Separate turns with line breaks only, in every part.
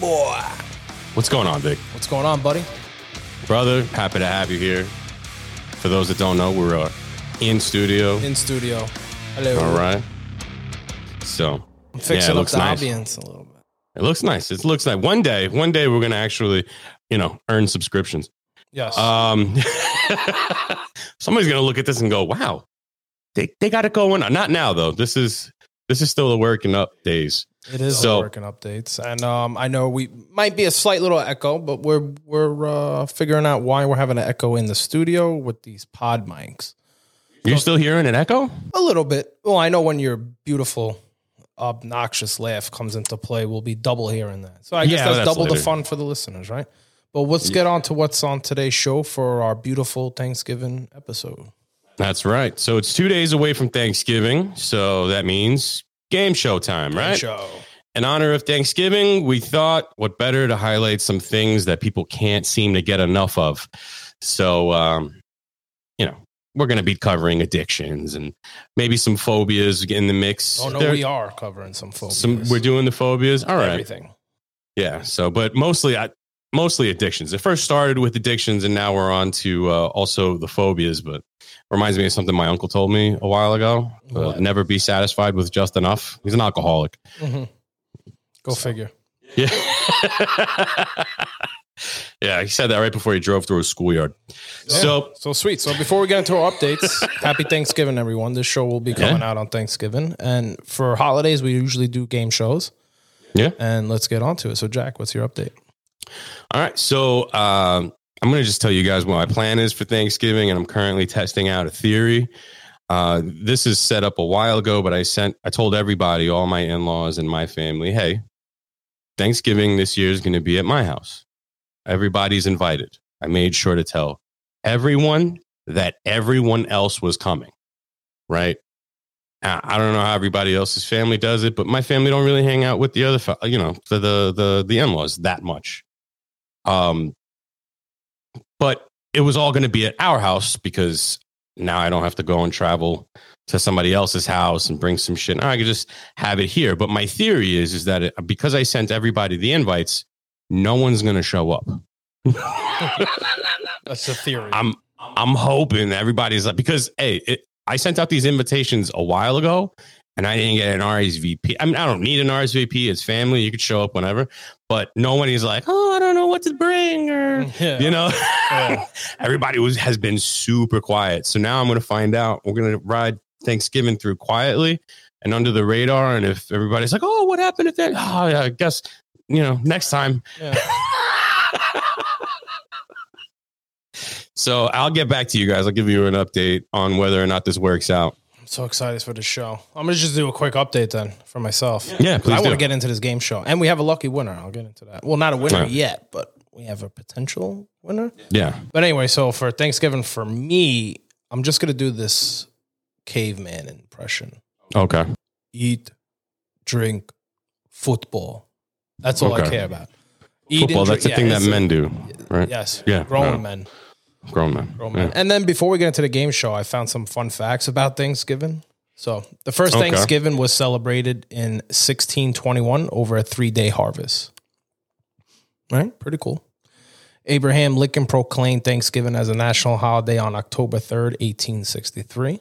boy.
What's going on, Vic?
What's going on, buddy?
Brother, happy to have you here. For those that don't know, we're uh, in studio.
In studio. Hello.
All right. So,
I'm
yeah, it
fixing up
looks
the
nice.
ambience a little bit.
It looks nice. It looks like one day, one day we're going to actually, you know, earn subscriptions.
Yes.
Um, somebody's going to look at this and go, wow, they, they got it going on. Not now, though. This is, this is still the working up days.
it is
so-
so, working updates. And um, I know we might be a slight little echo, but we're we're uh, figuring out why we're having an echo in the studio with these pod mics.
You're still hearing an echo?
A little bit. Well, I know when your beautiful obnoxious laugh comes into play, we'll be double hearing that. So I guess
Yeah,
that's,
that's
double the
later.
fun for the listeners, right? But let's get on to what's on today's show for our beautiful Thanksgiving episode.
That's right. So it's two days away from Thanksgiving. So that means game show time, right?
Show.
In honor of Thanksgiving, we thought what better to highlight some things that people can't seem to get enough of. So, um, you know, we're going to be covering addictions and maybe some phobias in the mix.
Oh no,
There-
we are covering some phobias.
some we're doing the phobias. All right.
everything.
Yeah. So, but mostly, I mostly addictions. It first started with addictions, and now we're on to uh, also the phobias. But reminds me of something my uncle told me a while ago: uh,
What?
never be satisfied with just enough. He's an alcoholic.
Mhm. Go figure.
Yeah. yeah. He said that right before he drove through a schoolyard. So,
So sweet. So before we get into our updates, happy Thanksgiving, everyone. This show will be coming out on Thanksgiving, and for holidays we usually do game shows.
Yeah.
And let's get on to it. So Jack, what's your update?
all right. So, um, I'm going to just tell you guys what my plan is for Thanksgiving, and I'm currently testing out a theory. Uh, this is set up a while ago, but I sent, I told everybody, all my in laws and my family, hey, Thanksgiving this year is going to be at my house. Everybody's invited. I made sure to tell everyone that everyone else was coming, right? I I don't know how everybody else's family does it, but my family don't really hang out with the other, fa- you know, the the the, the in laws that much. Um, but it was all going to be at our house because now I don't have to go and travel to somebody else's house and bring some shit. Now I could just have it here. But my theory is is that it, because I sent everybody the invites, no one's going to show up.
That's a theory.
I'm I'm hoping everybody's like because hey, it, I sent out these invitations a while ago, and I didn't get an RSVP. I mean, I don't need an RSVP. It's family. You could show up whenever, but nobody's like, oh, I don't know what to bring, or
yeah.
you know,
Yeah.
everybody was has been super quiet. So now I'm going to find out. We're going to ride Thanksgiving through quietly and under the radar. And if everybody's like, oh, what happened at that? Oh, yeah, I guess you know, next time.
Yeah.
So I'll get back to you guys. I'll give you an update on whether or not this works out.
I'm so excited for the show. I'm gonna just do a quick update then for myself.
Yeah,
I
please
want
do.
to get into this game show, and we have a lucky winner. I'll get into that. Well, not a winner
Right.
yet, but we have a potential winner.
yeah.
But anyway, so for Thanksgiving for me, I'm just gonna do this caveman impression.
Okay.
Eat, drink, football. That's all I
Okay.
care about. Eat and
Football. That's the
drink-
thing
yeah,
that
it's-
men do, right?
Yes.
Yeah,
Grown
no.
men.
Grown men.
Grown men. And then before we get into the game show, I found some fun facts about Thanksgiving. So the first
Okay.
Thanksgiving was celebrated in 1621 over a three day harvest. Right? Pretty cool. Abraham Lincoln proclaimed Thanksgiving as a national holiday on October 3rd, 1863.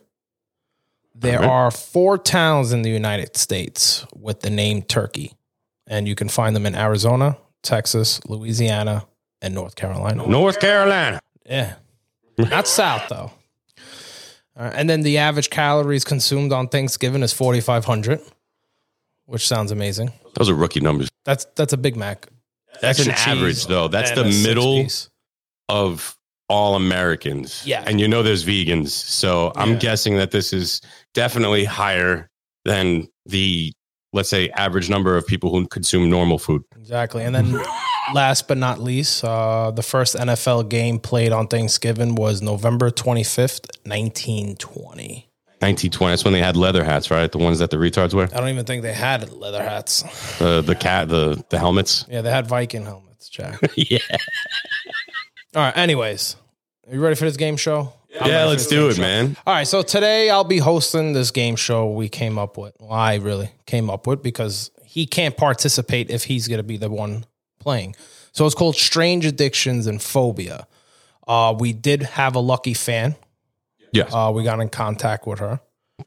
There
Alright.
are four towns in the United States with the name Turkey, and you can find them in Arizona, Texas, Louisiana, and North Carolina.
Yeah. North Carolina.
Yeah. Not south though. All right, and then the average calories consumed on Thanksgiving is 4500, which sounds amazing.
Those are rookie numbers.
That's that's a Big Mac.
That's an
Extra
average,
cheese
though. That's
and
the
a six
middle
piece.
of all Americans.
Yeah.
And you know there's vegans. So I'm
Yeah.
guessing that this is definitely higher than the, let's say, average number of people who consume normal food.
Exactly. And then last but not least, uh, the first NFL game played on Thanksgiving was November 25th, 1920.
1920. That's when they had leather hats, right? The ones that the retards wear.
I don't even think they had leather hats.
The the cat, the the helmets.
Yeah, they had Viking helmets, Jack.
yeah.
All right, anyways. Are you ready for this game show? I'm ready
Yeah,
for
let's
this
do
game
it,
show.
man.
All right, so today I'll be hosting this game show we came up with. Well, I really came up with because he can't participate if he's going to be the one playing. So it's called Strange Addictions and Phobia. Uh, we did have a lucky fan.
Yes.
Uh, we got in contact with her.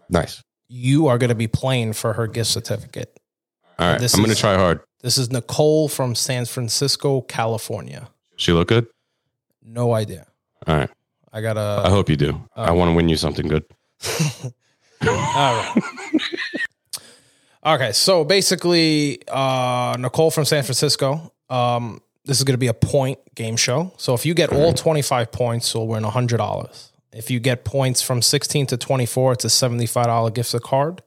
nice.
You are going to be playing for her gift certificate.
All right.
this
I'm going
is-
to try hard.
This is Nicole from San Francisco, California.
She look good?
No idea.
All right.
I got
I
to.
hope you do.
Oh.
I want to win you something good.
All right. okay, so basically, uh, Nicole from San Francisco. Um, this is going to be a point game show. So if you get all twenty five points, you'll win hundred dollars. If you get points from sixteen to twenty four, it's a seventy five dollar gift card.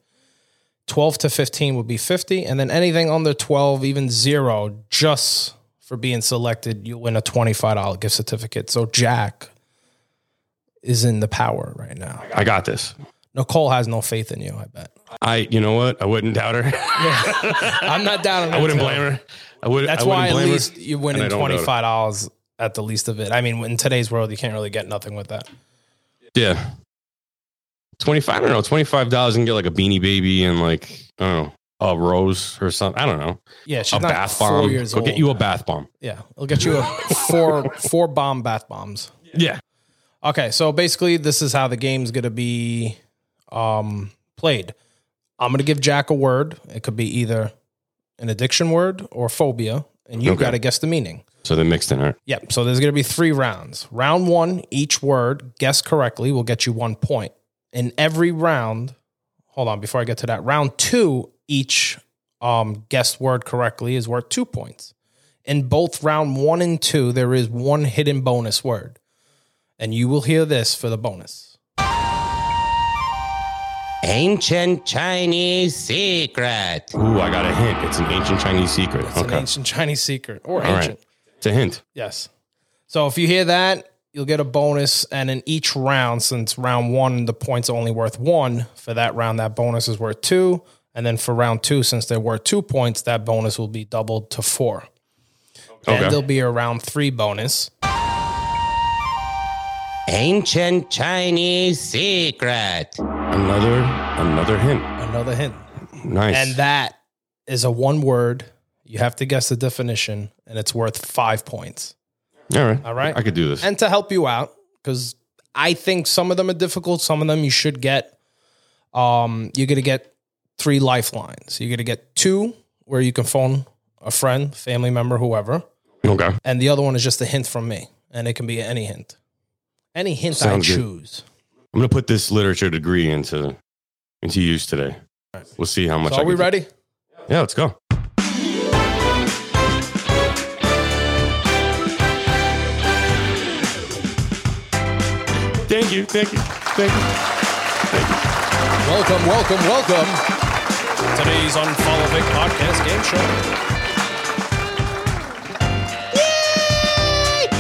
Twelve to fifteen would be fifty, and then anything under twelve, even zero, just for being selected, you win a twenty five dollar gift certificate. So Jack is in the power right now.
I got this.
Nicole has no faith in you. I bet.
I, you know what? I wouldn't doubt her.
I'm not down. on
I wouldn't
that.
blame her. I would.
That's
I wouldn't
why at
blame her.
least you're winning
and I don't
twenty
doubt it.
five dollars at the least of it. I mean, in today's world, you can't really get nothing with that.
Yeah. 25, I don't know, $25 and get like a beanie baby and like, I don't know, a rose or something. I don't know.
Yeah, she's
A
not
bath
four
bomb.
years
Go
old.
get you a bath bomb.
yeah, it'll get you a four four bomb bath bombs.
Yeah.
Okay, so basically, this is how the game's gonna be um, played. I'm gonna give Jack a word. It could be either an addiction word or phobia, and you have
Okay.
got to guess the meaning.
So they mixed in, all right?
Yep. So there's going to be three rounds. Round one, each word guessed correctly will get you one point. In every round, hold on, before I get to that, round two, each um, guessed word correctly is worth two points. In both round one and two, there is one hidden bonus word. And you will hear this for the bonus.
Ancient Chinese secret.
Ooh, I got a hint. It's an ancient Chinese secret.
It's
okay.
an ancient Chinese secret or
All
ancient.
right. It's a hint.
Yes. So if you hear that, you'll get a bonus. And in each round, since round one, the points are only worth one, for that round, that bonus is worth two. And then for round two, since there were two points, that bonus will be doubled to four. Then
Okay.
there'll be a round three bonus.
Ancient Chinese secret.
Another, another hint.
Another hint.
Nice.
And that is a one word. You have to guess the definition, and it's worth five points.
all right.
All right.
I could do this.
and to help you out because I think some of them are difficult. Some of them you should get. Um, you're gonna get three lifelines. You're gonna get two where you can phone a friend, family member, whoever,
okay.
and the other one is just a hint from me, and it can be any hint, any hint
Sounds
I
good.
choose.
I'm going to put this literature degree into into use today. We'll see how much
So are
I
we
can do.
ready?
Yeah, let's go. Thank you, thank you, thank you.
Welcome, welcome, welcome. Today's Unfollow Vic podcast game show.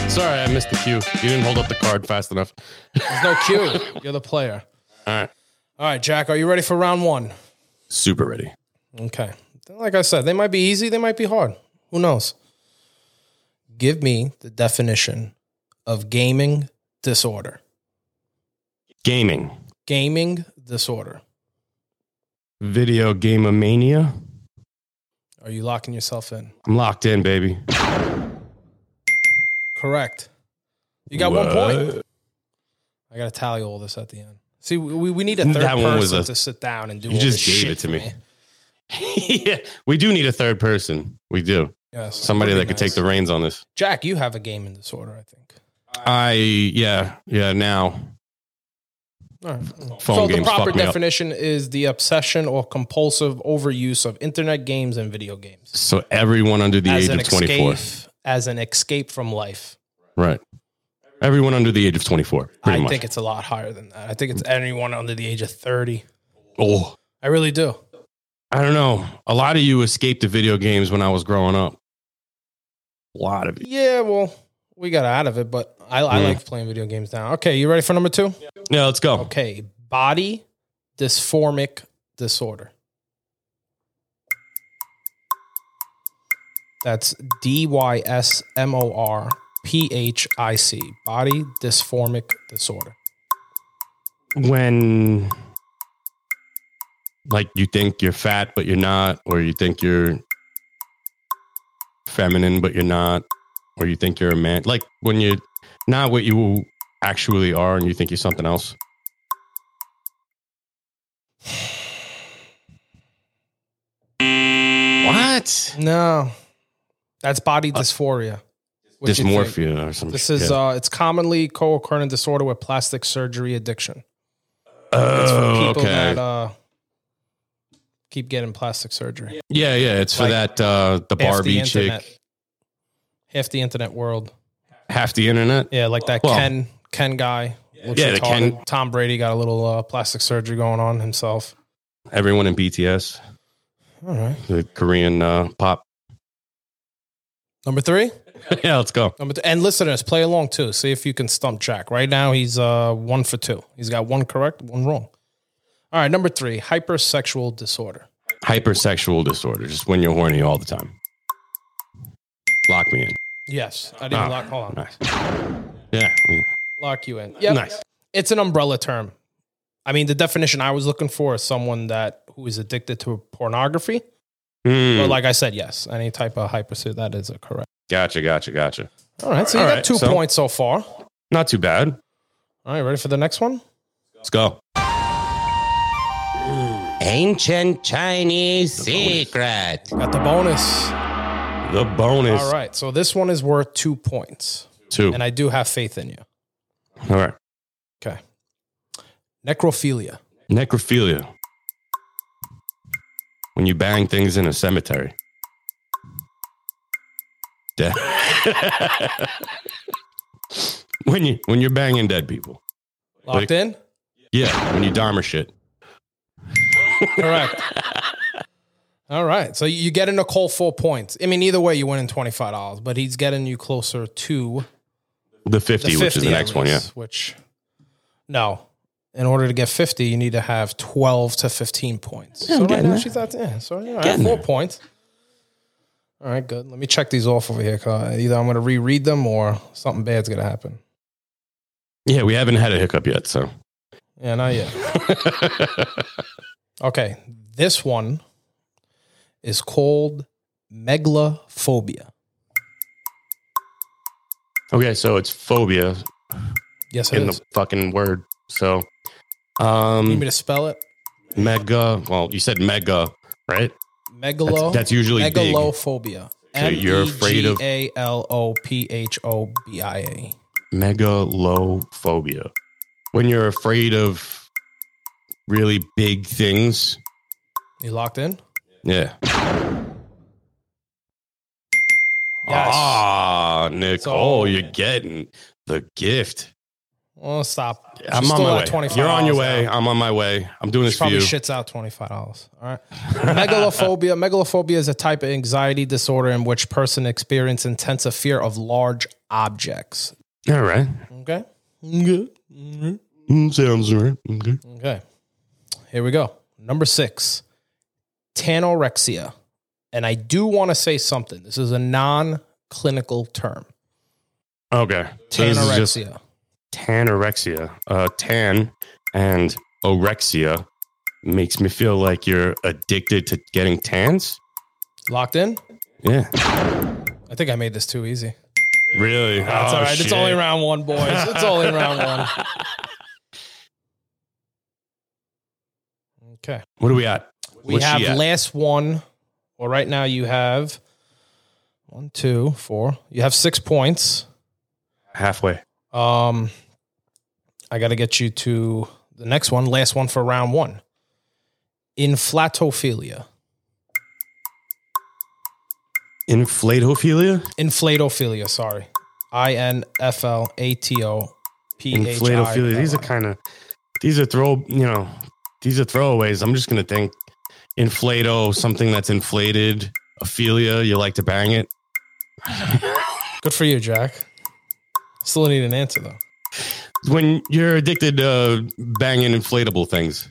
Sorry, I missed the cue. You didn't hold up the card fast enough.
There's no cue. You're the player.
All right,
All right, Jack. Are you ready for round one?
super ready.
Okay. Like I said, they might be easy, they might be hard. Who knows? Give me the definition of gaming disorder.
Gaming,
Gaming disorder.
video game mania.
Are you locking yourself in?
I'm locked in, baby.
Correct. You got one
What?
point. I got to tally all this at the end. See, we, we need a third
That
person
one was a-
to sit down and do.
You
all
just
this
gave
shit
it to
for
me. yeah, we do need a third person. We do
Yes,
somebody that
That'd be
could take
nice.
the reins on this.
Jack, you have a gaming disorder, I think.
I yeah yeah now
All right.
Phone
so the
games
proper
fuck me up.
definition is the obsession or compulsive overuse of internet games and video games
so everyone under the age of 24
escape as an escape from life.
Right. Everyone under the age of 24, pretty
I
much.
think it's a lot higher than that. I think it's anyone under the age of 30.
oh,
I really do.
I don't know. A lot of you escaped to video games when I was growing up. A lot of you.
Yeah, well, we got out of it, but I, I
Mm.
like playing video games now. Okay, you ready for number two?
Yeah, let's go.
Okay, body dysformic disorder. That's D Y S M O R P H I C, body dysformic disorder.
When, like, you think you're fat, but you're not, or you think you're feminine, but you're not, or you think you're a man. Like when you're not what you actually are, and you think you're something else. What?
No, that's body dysphoria. What you think.
Uh, Dysmorphia or something.
This is uh, it's commonly co-occurring disorder with plastic surgery addiction. It's for
oh,
people
okay.
that uh, keep getting plastic surgery.
yeah, yeah. It's for
like,
that uh, the
Half the
Barbie
internet.
chick,
Half the internet world.
half the internet.
Yeah, like that
Well-
Ken Ken guy. Looks
Yeah, the
retarded.
Ken-
Tom Brady got a little uh, plastic surgery going on himself.
Everyone in BTS,
All right.
the Korean uh, pop.
Number three.
yeah, let's go.
Number th- and listeners, play along too. See if you can stump Jack. Right now, he's uh, one for two. He's got one correct, one wrong. All right, number three, hypersexual disorder.
Hypersexual disorder, just when you're horny all the time. Lock me in.
Yes, I didn't
Ah.
lock. Hold on,
Nice. Yeah.
lock you in. Yep.
Nice.
it's an umbrella term. I mean, the definition I was looking for is someone that who is addicted to pornography.
Mm.
But like I said, yes, any type of hypersexual that is a correct.
gotcha, gotcha, gotcha.
All right, so you
All
got
right,
two
so-
points so far.
Not too bad.
All right, ready for the next one?
Let's go.
Ancient Chinese secret.
Got the bonus.
The bonus.
All right, so this one is worth two points,
Two.
and I do have faith in you.
all right.
Okay. Necrophilia.
Necrophilia. When you bang things in a cemetery. Dead. when you when you're banging dead people.
Locked
Like-
in?
Yeah. When you Dharma shit.
Correct. All right. So you get in a cold four points. I mean, either way, you're winning $25, but he's getting you closer to
The
the
50,
50,
which is the
at
next one, yeah.
least, Which, no. In order to get 50, you need to have 12 to 15 points. so right
getting
now
there.
she's at, yeah. So yeah, all right,
Getting
four
there.
points. All right, good. Let me check these off over here. 'cause Either I'm going to reread them or something bad's going to happen.
Yeah, we haven't had a hiccup yet, so.
Yeah, not yet. Okay, this one is called megalophobia.
okay, so it's phobia
Yes, it
in
is.
the fucking word. So,
You need
um,
me to spell it?
mega. Well, you said mega, right? That's,
Megalo.
that's usually big.
megalophobia. E
So you're afraid of-
A L O P H O B I A.
Megalophobia. When you're afraid of really big things.
You locked in?
Yeah.
Yes.
Ah, Nicole,
So-
you're getting the gift.
Well, stop.
I'm
She's
on
still
my
at
way. You're on your
$25
way.
now.
I'm on my way. I'm doing
She
this for
probably
you.
shits out twenty five dollars. All right. Megalophobia. Megalophobia is a type of anxiety disorder in which person experience intense fear of large objects.
All right.
Okay.
Mm, sounds all right. Okay.
Okay. Here we go. Number six, tanorexia. And I do want to say something. This is a non clinical term.
Okay. So this is just
Tanorexia.
tanorexia. Uh, tan and orexia makes me feel like you're addicted to getting tans.
Locked in?
Yeah.
I think I made this too easy.
Really?
That's
Oh,
all right.
shit.
It's only round one, boys. It's only round one. Okay.
What do we at?
We
What's
have
she at?
last one. Well, right now you have one, two, four. You have six points.
halfway.
Um, I got to get you to the next one, last one for round one. Inflatophilia,
Inflatophilia?
inflatophilia. Sorry, I N F L A T O P H I.
Inflatophilia. These are kind of these are throw you know these are throwaways. I'm just gonna think inflato something that's inflated. Ophelia, you like to bang it.
good for you, Jack. Still need an answer though.
When you're addicted to banging inflatable things.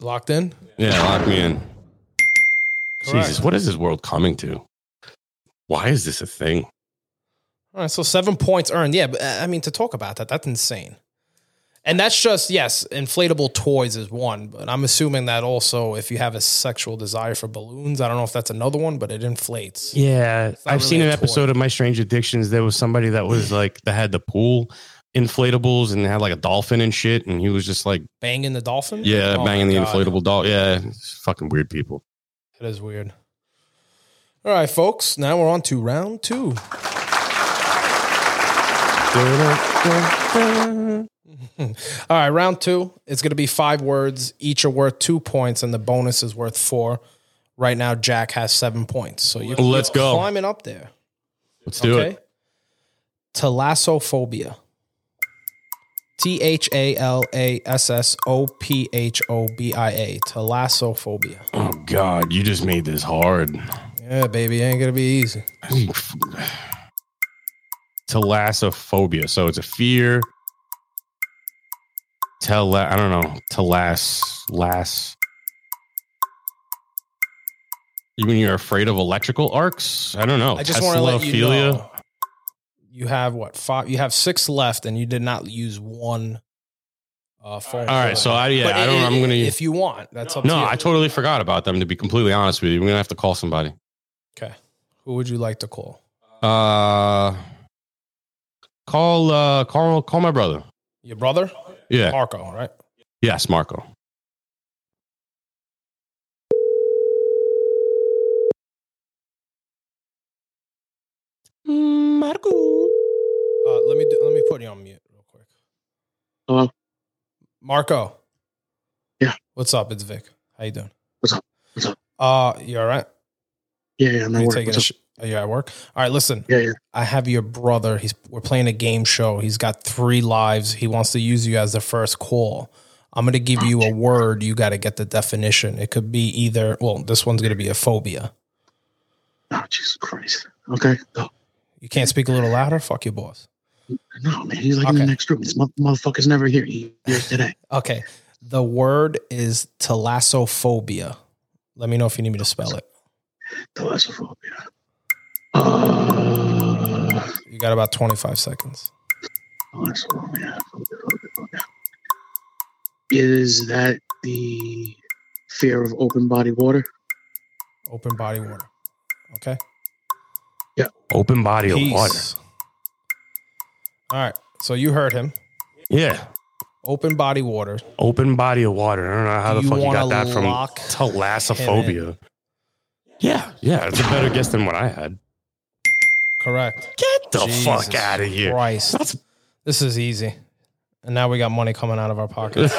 Locked in.
Yeah, lock me in.
Correct.
Jesus, what is this world coming to? Why is this a thing?
All right, so seven points earned. Yeah, but uh, I mean to talk about that, that's insane. And that's just yes, inflatable toys is one, but I'm assuming that also if you have a sexual desire for balloons, I don't know if that's another one, but it inflates.
Yeah,
not
I've
really
seen
a
an
toy.
episode of My Strange Addictions. There was somebody that was like that had the pool inflatables and had like a dolphin and shit, and he was just like,
Banging the dolphin?
yeah,
Oh my
banging the
God.
inflatable doll. Yeah, it's fucking weird people.
That is weird. All right, folks. Now we're on to round two. All right, round two. It's going to be five words. Each are worth two points, and the bonus is worth four. Right now, Jack has seven points. So you
Let's
you're
go.
climbing up there.
Let's do it.
Thalassophobia. T H A L A S S O P H O B I A. Thalassophobia.
Oh God, you just made this hard.
Yeah, baby, ain't gonna be easy.
Talassophobia. So it's a fear. Tell I don't know. Talas las. You mean you're afraid of electrical arcs? I don't know.
I just want to let you
Tesla-philia?
know. You have what five? You have six left, and you did not use one. Uh, phone
All right,
call.
so I yeah,
But
I
it-
don't. I'm
it-
gonna.
If you want, that's up to
no,
you.
I totally forgot about them. To be completely honest with you, I'm gonna have to call somebody.
okay. Who would you like to call?
Uh, call uh call call my brother.
Your brother,
Yeah.
Marco, right?
Yes, Marco. Marco.
Uh, let me do, let me put you on mute real quick.
Hello?
Marco.
Yeah.
What's up? It's Vic. How you doing?
What's up? What's up?
Uh, you all right?
Yeah, yeah, I'm
Are
at
you
work.
taking
What's
a
up?
sh- are you at work? All right, listen.
yeah, yeah.
I have your brother. He's we're playing a game show. He's got three lives. He wants to use you as the first call. I'm gonna give you a word. You got to get the definition. It could be either. Well, this one's gonna be a phobia.
Oh, Jesus Christ. Okay. Oh,
You can't speak a little louder. Fuck your boss.
no, man. He's like in the
Okay.
next room. This mo- motherfucker's never here. He, here's today.
Okay. The word is talassophobia. Let me know if you need me to spell it.
Thalassophobia. Uh,
You got about 25 seconds.
oh, thalassophobia. Phobia, phobia, phobia. Is that the fear of open body water?
Open body water. Okay.
Open body of water.
Peace. All right. So you heard him.
Yeah.
Open body water.
Open body of water. I don't know how
Do
the
you
fuck you
wanna
got that from
lock
talassophobia. Yeah. Oh, Yeah. It's a better guess than what I had.
Correct.
Get the
Jesus
fuck out of here.
Christ.
That's-
This is easy. And now we got money coming out of our pockets.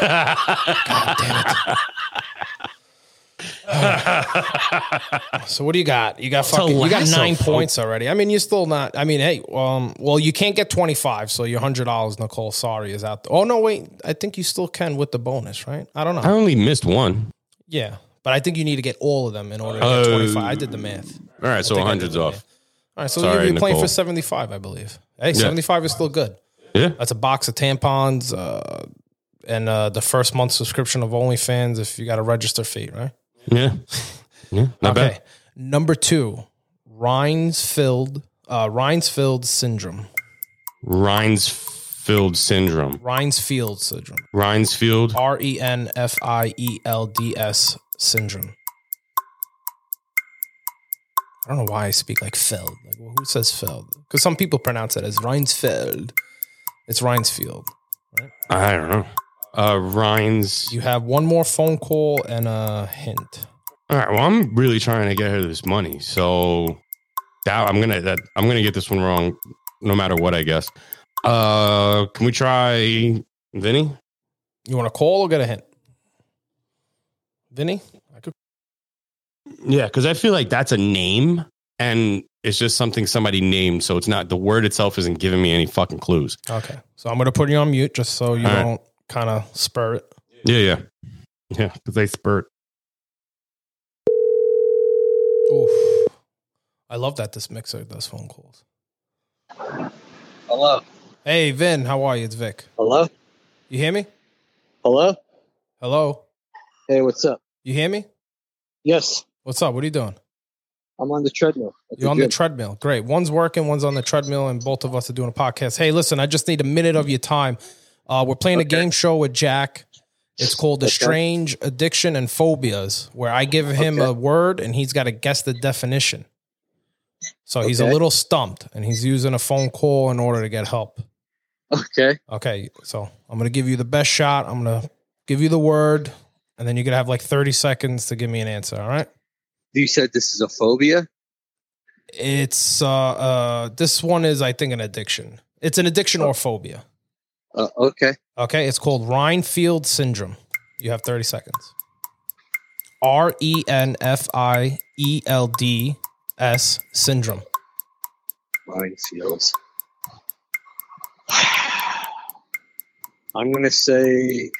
so what do you got? You got fucking you got nine
Talassophobe.
points already. I mean, you're still not. I mean, hey, um, well, you can't get twenty five, so your hundred dollars, Nicole. Sorry, is out. Oh no, wait, I think you still can with the bonus, right? I don't know.
I only missed one.
yeah, but I think you need to get all of them in order to get
Oh.
twenty five. I did the math.
All right. So
think I
100's
did it,
off.
All right, so
Sorry,
you'll be playing
Nicole.
for seventy five, I believe. Hey, seventy five is still good.
Yeah.
That's a box of tampons uh, and uh, the first month subscription of OnlyFans if you got a register fee, right?
Yeah. Yeah. Not bad.
Number two, Rhinesfield, uh, Rhinesfield syndrome.
Rhinesfield syndrome.
Rhinesfield syndrome.
Rhinesfield.
R E N F I E L D S syndrome. I don't know why I speak like Feld. Like, well, who says Feld? Because some people pronounce it as Rhinesfeld. It's Rhinesfield.
I don't know. Uh, Rhines.
You have one more phone call and a hint.
All right. Well, I'm really trying to get her this money, so that I'm gonna that I'm gonna get this one wrong, no matter what. I guess. Uh, can we try Vinny?
You want to call or get a hint? Vinny? I could.
Yeah, because I feel like that's a name, and it's just something somebody named, so it's not the word itself isn't giving me any fucking clues.
Okay. So I'm going to put you on mute just so you
All right.
don't kind of spur it.
Yeah, yeah, yeah. Because they spurt.
Oof. I love that this mixer does phone calls.
Hello.
Hey, Vin, how are you? It's Vic.
Hello.
You hear me?
Hello.
Hello?
Hey, what's up?
You hear me?
Yes,
What's up? What are you doing?
I'm on the treadmill. at
You're on the
gym.
treadmill. Great. One's working, one's on the treadmill, and both of us are doing a podcast. Hey, listen, I just need a minute of your time. Uh, Uh, we're playing a
Okay.
game show with Jack. It's called The
Okay.
Strange Addiction and Phobias, where I give him
Okay.
a word and he's got to guess the definition. So he's a
Okay.
little stumped and he's using a phone call in order to get help.
Okay.
Okay, so I'm gonna give you the best shot. I'm gonna give you the word, and then you're gonna have like 30 seconds to give me an answer. All right.
You said this is a phobia.
It's uh uh this one is I think an addiction. It's an addiction or phobia.
Uh, okay.
Okay, it's called Rhinefield syndrome. You have 30 seconds. R E N F I E L D S syndrome.
Minefields. I'm gonna say.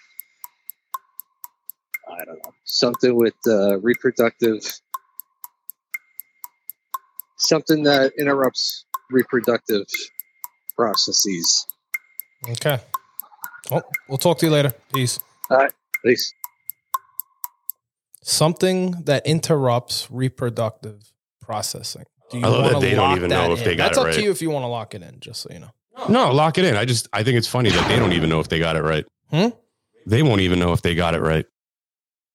I don't know something with uh, reproductive. Something that interrupts reproductive processes.
Okay. Oh, we'll talk to you later. Peace.
Please.
Something that interrupts reproductive processing. Do you
I love that
wanna
they don't
lock
even
that
know if
in?
they got
That's
it
up to
right.
you if you want to lock it in, just so you know.
No, lock it in. I just I think it's funny that they don't even know if they got it right.
Hmm?
They won't even know if they got it right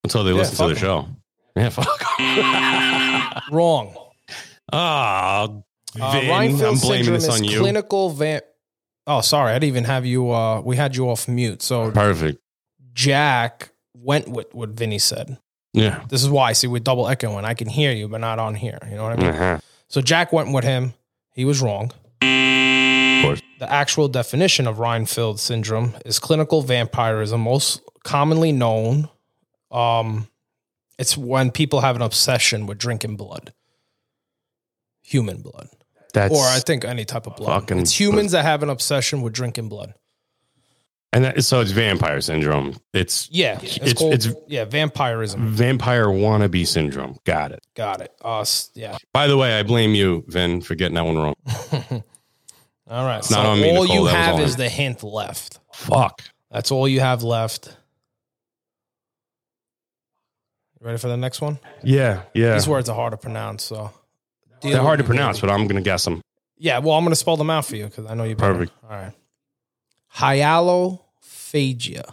until they
Yeah,
listen to the
fuck
show. Yeah, fuck.
Wrong.
Ah,
Uh,
Vin,
Rhinefield
I'm blaming
syndrome
this on
is
you.
clinical van. Oh, sorry, I didn't even have you. Uh, we had you off mute. So
Perfect.
Jack went with what Vinny said.
Yeah.
This is why. See, we're double echoing. I can hear you, but not on here. You know what I mean?
Uh-huh.
So Jack went with him. He was wrong. Of
course.
The actual definition of Reinfeld syndrome is clinical vampirism, most commonly known. Um, it's when people have an obsession with drinking blood, human blood,
That's
or I think any type of blood.
fucking-
It's humans that have an obsession with drinking blood.
and that, so it's vampire syndrome. It's
Yeah, it's,
It's-
called
it's-
yeah vampirism.
vampire wannabe syndrome. Got it.
Got it. Us. Yeah.
By the way, I blame you, Vin, for getting that one wrong.
All right.
It's not on me,
all
Nicole,
you
that was
have
on
is
her.
the hint left.
Fuck.
That's all you have left. Ready for the next one?
Yeah, yeah.
These words are hard to pronounce, so
They're hard to pronounce, but I'm gonna guess them.
Yeah, well, I'm going to spell them out for you because I know you. better.
Perfect.
All right. Hyalophagia,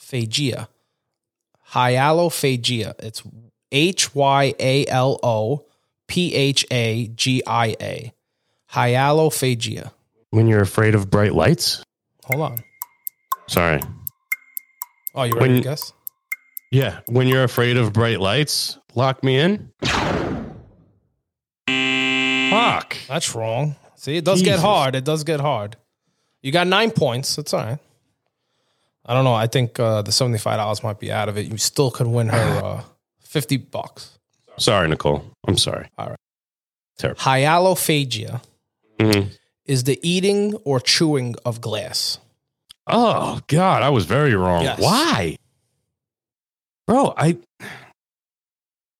phagia, hyalophagia. It's H Y A L O P H A G I A, hyalophagia.
When you're afraid of bright lights.
Hold on.
Sorry.
Oh, you ready
When-
to guess?
Yeah, when you're afraid of bright lights, lock me in. Fuck.
That's wrong. See, it does get
Jesus.
hard. It does get hard. You got nine points. That's all right. I don't know. I think uh, the seventy-five dollars might be out of it. You still could win her uh, fifty bucks.
Sorry, Nicole. I'm sorry.
Hyalophagia
Mhm.
is the eating or chewing of glass.
Oh God, I was very wrong.
Yes.
Why, bro? I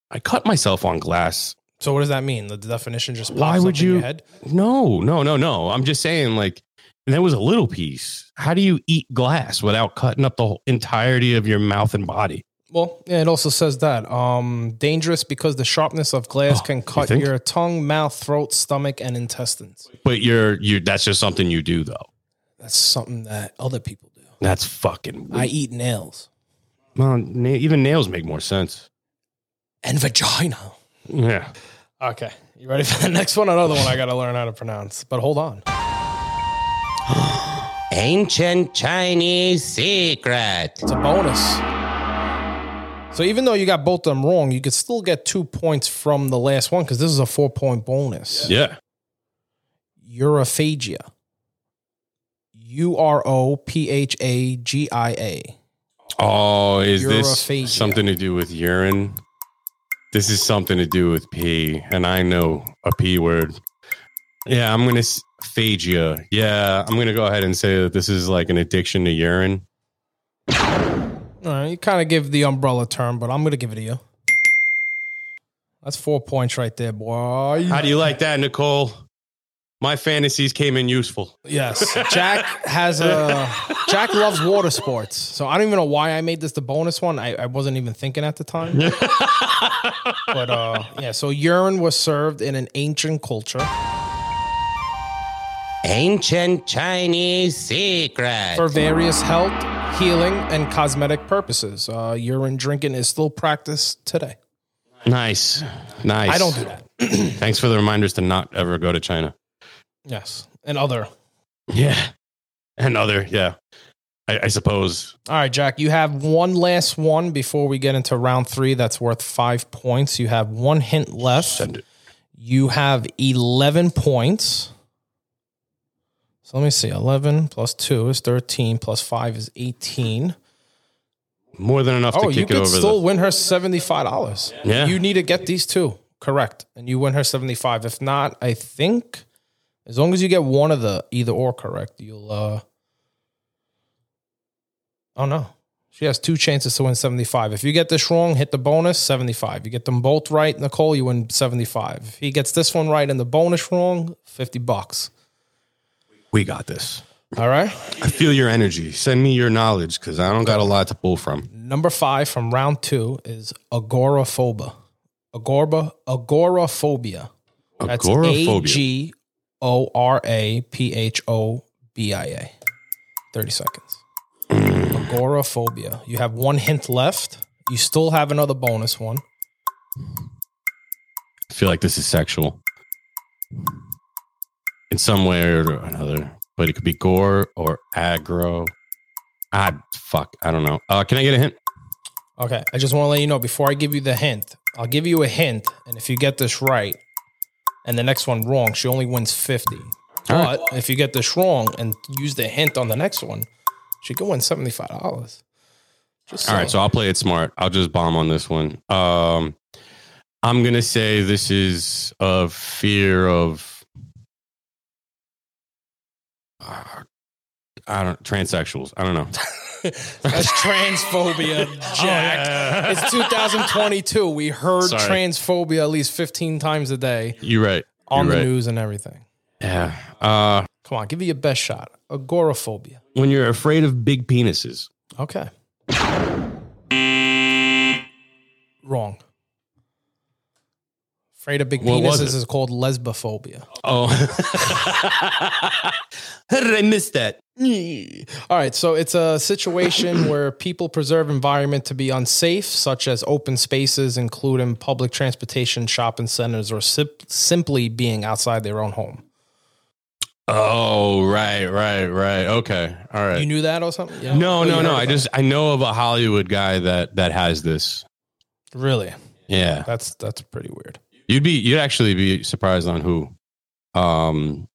I cut myself on glass.
So what does that mean? The definition just pops
Why
up
would
in your
you-
head.
No, no, no, no. I'm just saying, like, and that was a little piece. How do you eat glass without cutting up the whole entirety of your mouth and body?
Well, yeah, it also says that um, dangerous because the sharpness of glass
Oh,
can
you
cut
think?
your tongue, mouth, throat, stomach, and intestines.
But you're you. That's just something you do, though.
That's something that other people do.
That's fucking.
I eat nails
well, na- even nails make more sense.
and vagina.
Yeah.
Okay. You ready for the next one? Another one I got to learn how to pronounce. But hold on.
Ancient Chinese secret.
It's a bonus. So even though you got both of them wrong, you could still get two points from the last one because this is a four point bonus.
Yeah.
Urophagia. U R O P H A G I A.
Oh, is this
Urophagia.
something to do with urine? This is something to do with pee, and I know a p word. Yeah, I'm gonna s- phagia. Yeah, I'm gonna go ahead and say that this is like an addiction to urine.
All right. You kind of give the umbrella term, but I'm going to give it to you. That's four points right there, boy.
How do you like that, Nicole? My fantasies came in useful.
Yes, Jack has a Jack loves water sports. So I don't even know why I made this the bonus one. I, I wasn't even thinking at the time. But uh, yeah, so urine was served in an ancient culture.
Ancient Chinese secret.
for various health, healing, and cosmetic purposes. Uh, urine drinking is still practiced today.
Nice. Nice.
I don't do that.
Thanks for the reminders to not ever go to China.
Yes, and other.
Yeah. And other, yeah. I, I suppose.
All right, Jack, you have one last one before we get into round three. That's worth five points. You have one hint left.
Send it.
You have 11 points. So let me see 11 plus 2 is 13, plus 5 is 18.
More than enough
Oh,
to
you
kick it
could
over
still
the
win her $75.
Yeah.
You need to get these two correct, and you win her 75. If not, I think as long as you get one of the either or correct, you'll. uh Oh, no. She has two chances to win 75. If you get this wrong, hit the bonus, 75. You get them both right, Nicole, you win 75. If he gets this one right and the bonus wrong, 50 bucks.
We got this.
All right.
I feel your energy. Send me your knowledge because I don't got a lot to pull from.
Number five from round two is agoraphobia. Agorba, agoraphobia. That's A
Agoraphobia.
G O R A P H O B I A. 30 seconds. Agoraphobia. You have one hint left. You still have another bonus one.
I feel like this is sexual in some way or another, but it could be gore or aggro. Ah, fuck. I don't know. Uh, can I get a hint?
Okay. I just want to let you know before I give you the hint, I'll give you a hint. And if you get this right and the next one wrong, she only wins 50.
All right.
But if you get this wrong and use the hint on the next one, she could win $75. Just
All right, so
saying.
I'll play it smart. I'll just bomb on this one. Um, I'm gonna say this is of fear of uh, I don't transsexuals. I don't know.
That's transphobia,
Oh,
Jack. It's 2022. We heard
Sorry.
transphobia at least 15 times a day
You're right.
on
You're
the
right.
news and everything.
Yeah. Uh,
Come on, give it your best shot. Agoraphobia.
when you're afraid of big penises.
Okay. Wrong. Afraid of big
What was
penises
it?
is called lesbophobia.
Oh, how did I miss that?
All right, so it's a situation where people preserve environment to be unsafe, such as open spaces, including public transportation, shopping centers, or sim- simply being outside their own home.
Oh, right, right, right. Okay, all right.
You knew that or something? Yeah.
no,
Oh, you
no,
heard
no.
about
I just I know of a Hollywood guy that that has this.
it. really
Yeah.
that's that's pretty weird.
You'd be you'd actually be surprised on who. Um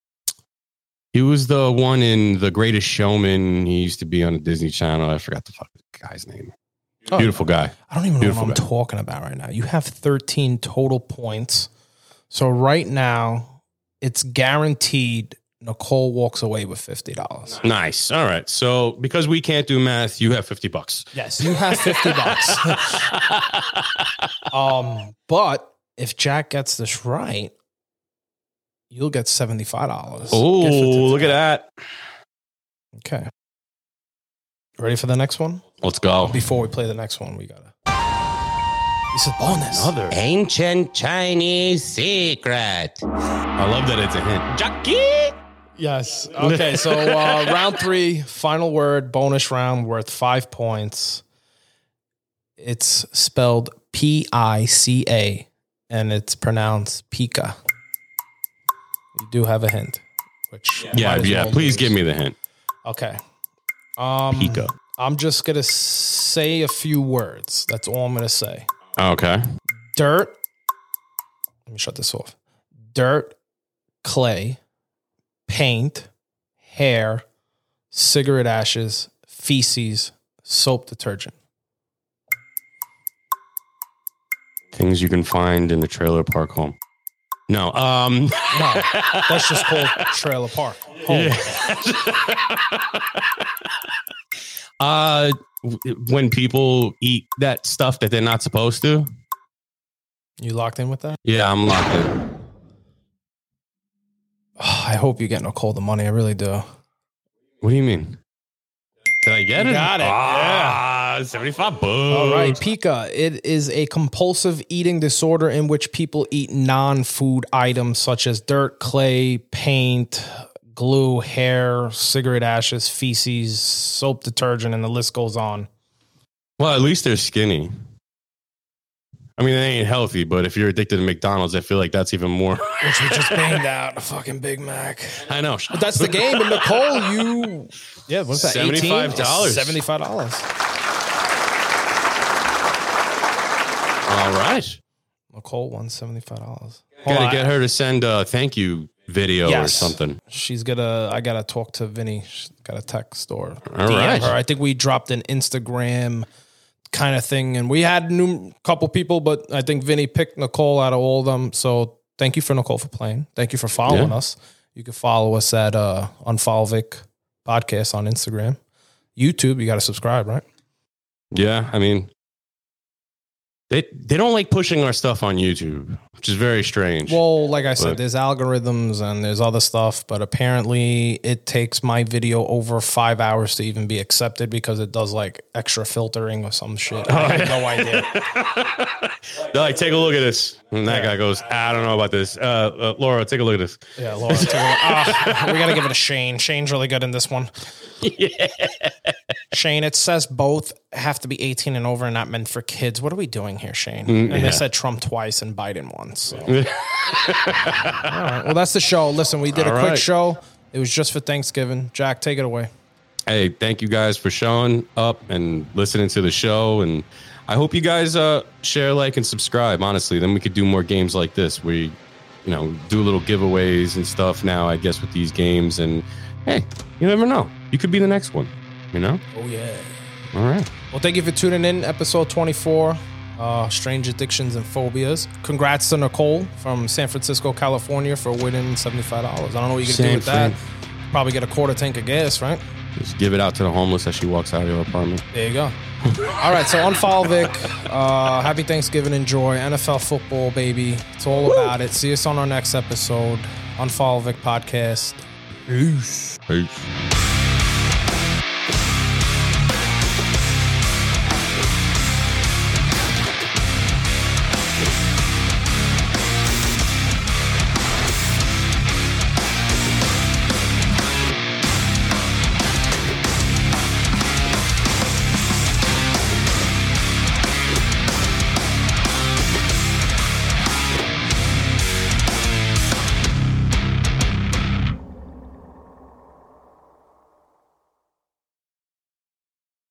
he was the one in The Greatest Showman. He used to be on the Disney Channel. I forgot the fuck guy's name.
Oh.
Beautiful guy.
I don't even know what
Beautiful
I'm
guy.
talking about right now. You have 13 total points, so right now it's guaranteed. Nicole walks away with fifty dollars.
Nice. All right. So because we can't do math, you have 50 bucks.
Yes, you have fifty bucks. Um, but if Jack gets this right, you'll get seventy five dollars.
oh, look at that.
Okay. Ready for the next one?
Let's go.
Before we play the next one, we gotta. This is bonus.
Another.
Ancient Chinese secret.
I love that it's a hint.
Yes. Okay. So uh, round three, final word, bonus round worth five points. It's spelled P I C A, and it's pronounced Pika. You do have a hint, which
Yeah,
might as
yeah.
well
Please
use.
give me the hint.
Okay. Um,
Pico.
I'm just gonna say a few words. That's all I'm gonna say.
Okay.
Dirt. Let me shut this off. Dirt, clay, paint, hair, cigarette ashes, feces, soap detergent.
Things you can find in the trailer park home. No. Um
No, that's just called trailer park. Home.
uh w- when people eat that stuff that they're not supposed to
You locked in with that?
yeah i'm locked in
Oh, I hope you get no cold the money. I really do.
what do you mean did i get
You
it
got it,
ah, 75 bucks
All right, Pika. It is a compulsive eating disorder in which people eat non food items such as dirt, clay, paint, glue, hair, cigarette ashes, feces, soap detergent, and the list goes on.
Well, at least they're skinny. I mean, they ain't healthy, but if you're addicted to McDonald's, I feel like that's even more.
Which we just banged out a fucking Big Mac.
I know.
But that's the game. But Nicole, you yeah, what's that?
$75.
Seventy five dollars.
All right.
Nicole won seventy five dollars.
Gotta get her to send a thank you video
Yes.
or something.
She's gonna. I gotta talk to Vinny. She's got a text or
All
DM
right.
her. I think we dropped an Instagram kind of thing, and we had a couple people, but I think Vinny picked Nicole out of all of them. So thank you for Nicole for playing. Thank you for following us. You can follow us at uh, Unfollovic Podcast on Instagram, YouTube. You got to subscribe, right?
Yeah, I mean, they they don't like pushing our stuff on YouTube, which is very strange.
Well, like I said,
But-
there's algorithms and there's other stuff, but apparently it takes my video over five hours to even be accepted because it does like extra filtering or some shit. I
Oh,
have no idea.
They're like, take a look at this, and that guy goes, I don't know about this. Uh, uh, Laura, take a look at this.
Yeah, Laura. take a look. Ah, we got to give it a Shane. Shane's really good in this one. Shane, it says both have to be 18 and over and not meant for kids. What are we doing here, Shane? and
Mm, yeah.
they said Trump twice and Biden once. so. All right. Well, that's the show. Listen, we did a
All
quick
right.
show. It was just for Thanksgiving. Jack, take it away.
hey, thank you guys for showing up and listening to the show. And I hope you guys uh, share, like, and subscribe. Honestly, then we could do more games like this. We, you know, do little giveaways and stuff now. I guess with these games. And hey, you never know. You could be the next one. You know.
Oh, yeah.
All right.
Well, thank you for tuning in. Episode 24, uh, Strange Addictions and Phobias. Congrats to Nicole from San Francisco, California for winning $75. I don't know what you can do
San
with that. Probably get a quarter tank of gas, right?
Just give it out to the homeless as she walks out of your apartment.
There you go. all right, so on Fall Vic, uh, happy Thanksgiving, enjoy NFL football, baby. It's all about it. See us on our next episode on Fall Vic Podcast.
Peace.